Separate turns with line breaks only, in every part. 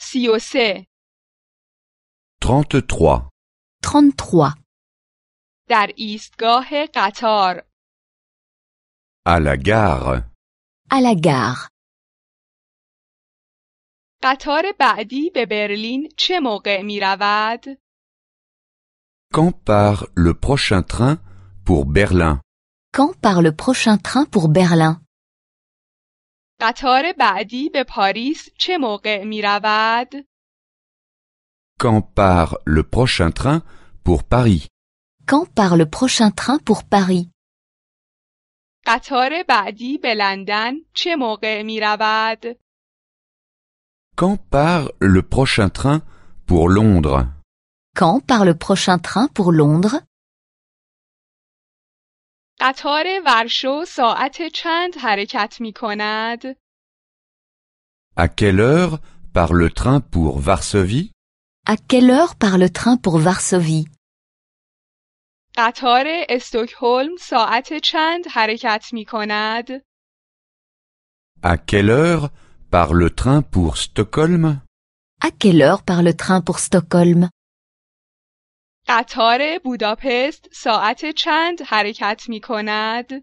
سیاوسه
trente-trois,
33.
در ایستگاه قطار
à la gare,
À la gare.
قطار بعدی به برلین چه موقع می رود؟
quand part le prochain train pour Berlin
Quand part le prochain train pour Berlin
قطار بعدی به پاریس چه موقع می رود؟
Quand part le prochain train pour Paris
Quand part le prochain train pour Paris
قطار بعدی به لندن چه موقع می رود؟
Quand part le prochain train pour Londres
Quand part le prochain train pour Londres
قطار ورشو ساعت چند حرکت می کند؟
À quelle heure part le train pour Varsovie
À quelle heure part le train pour Varsovie
قطار استکهلم ساعت چند حرکت می کند؟
À quelle heure part le train pour Stockholm
À quelle heure part le train pour Stockholm
قطار بوداپست ساعت چند حرکت می کند؟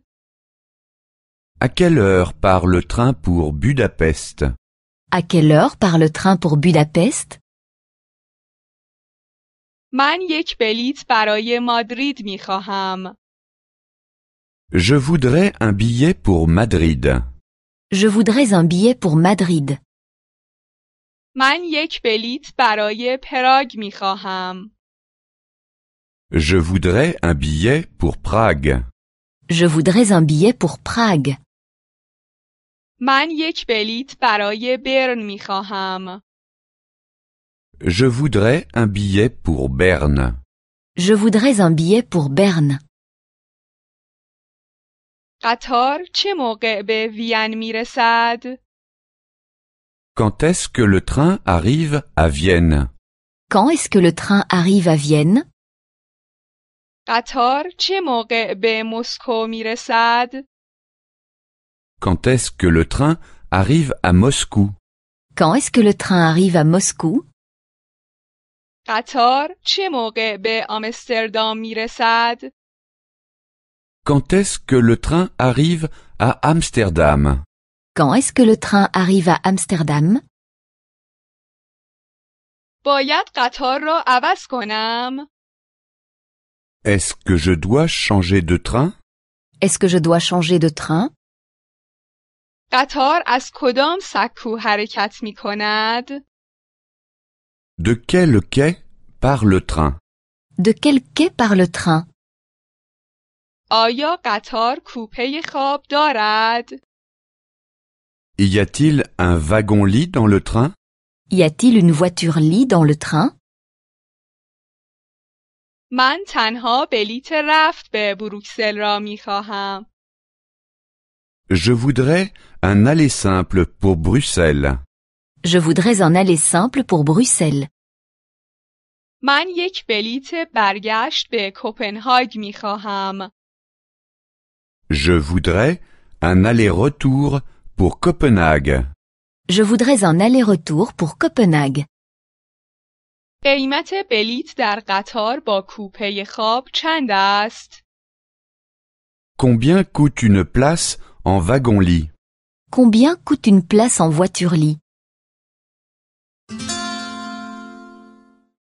À quelle heure part le train pour Budapest
À quelle heure part le train pour Budapest
من یک بلیت برای مادرید می خواهم.
Je voudrais un billet pour Madrid.
Je voudrais un billet pour Madrid.
من یک بلیت برای پراگ می خواهم.
Je voudrais un billet pour Prague.
Je voudrais un billet pour Prague.
من یک بلیت برای برن می خواهم.
Je voudrais un billet pour Berne.
Je voudrais un billet pour Berne.
قطار چه موقع به وین می رسد؟
Quand est-ce que le train arrive à Vienne
Quand est-ce que le train arrive à Vienne
قطار چه موقع به مسکو می رسد؟
Quand est-ce que le train arrive à Moscou
Quand est-ce que le train arrive à Moscou
قطار چه موقع به آمستردام می رسد؟
Quand est-ce que le train arrive à Amsterdam
Quand est-ce que le train arrive à Amsterdam
باید قطار را عوض کنم؟
Est-ce que je dois changer de train
Est-ce que je dois changer de train
قطار از کدام سکو حرکت می کند؟
De quel quai part le train
De quel quai part le train
آیا قطار کوپه خواب دارد؟
Y a-t-il un wagon-lit dans le train
Y a-t-il une voiture-lit dans le train
من تنها بلیت رفت به بروکسل را می خواهم.
Je voudrais un aller simple pour Bruxelles.
Je voudrais un aller simple pour Bruxelles.
من یک بلیت برگشت به کوپنهاگ می خواهم.
Je voudrais un aller-retour pour Copenhague.
Je voudrais un aller-retour pour Copenhague.
قیمت بلیت در قطار با کوپه خواب چند است؟
Combien coûte une place en wagon-lit
Combien coûte une place en voiture-lit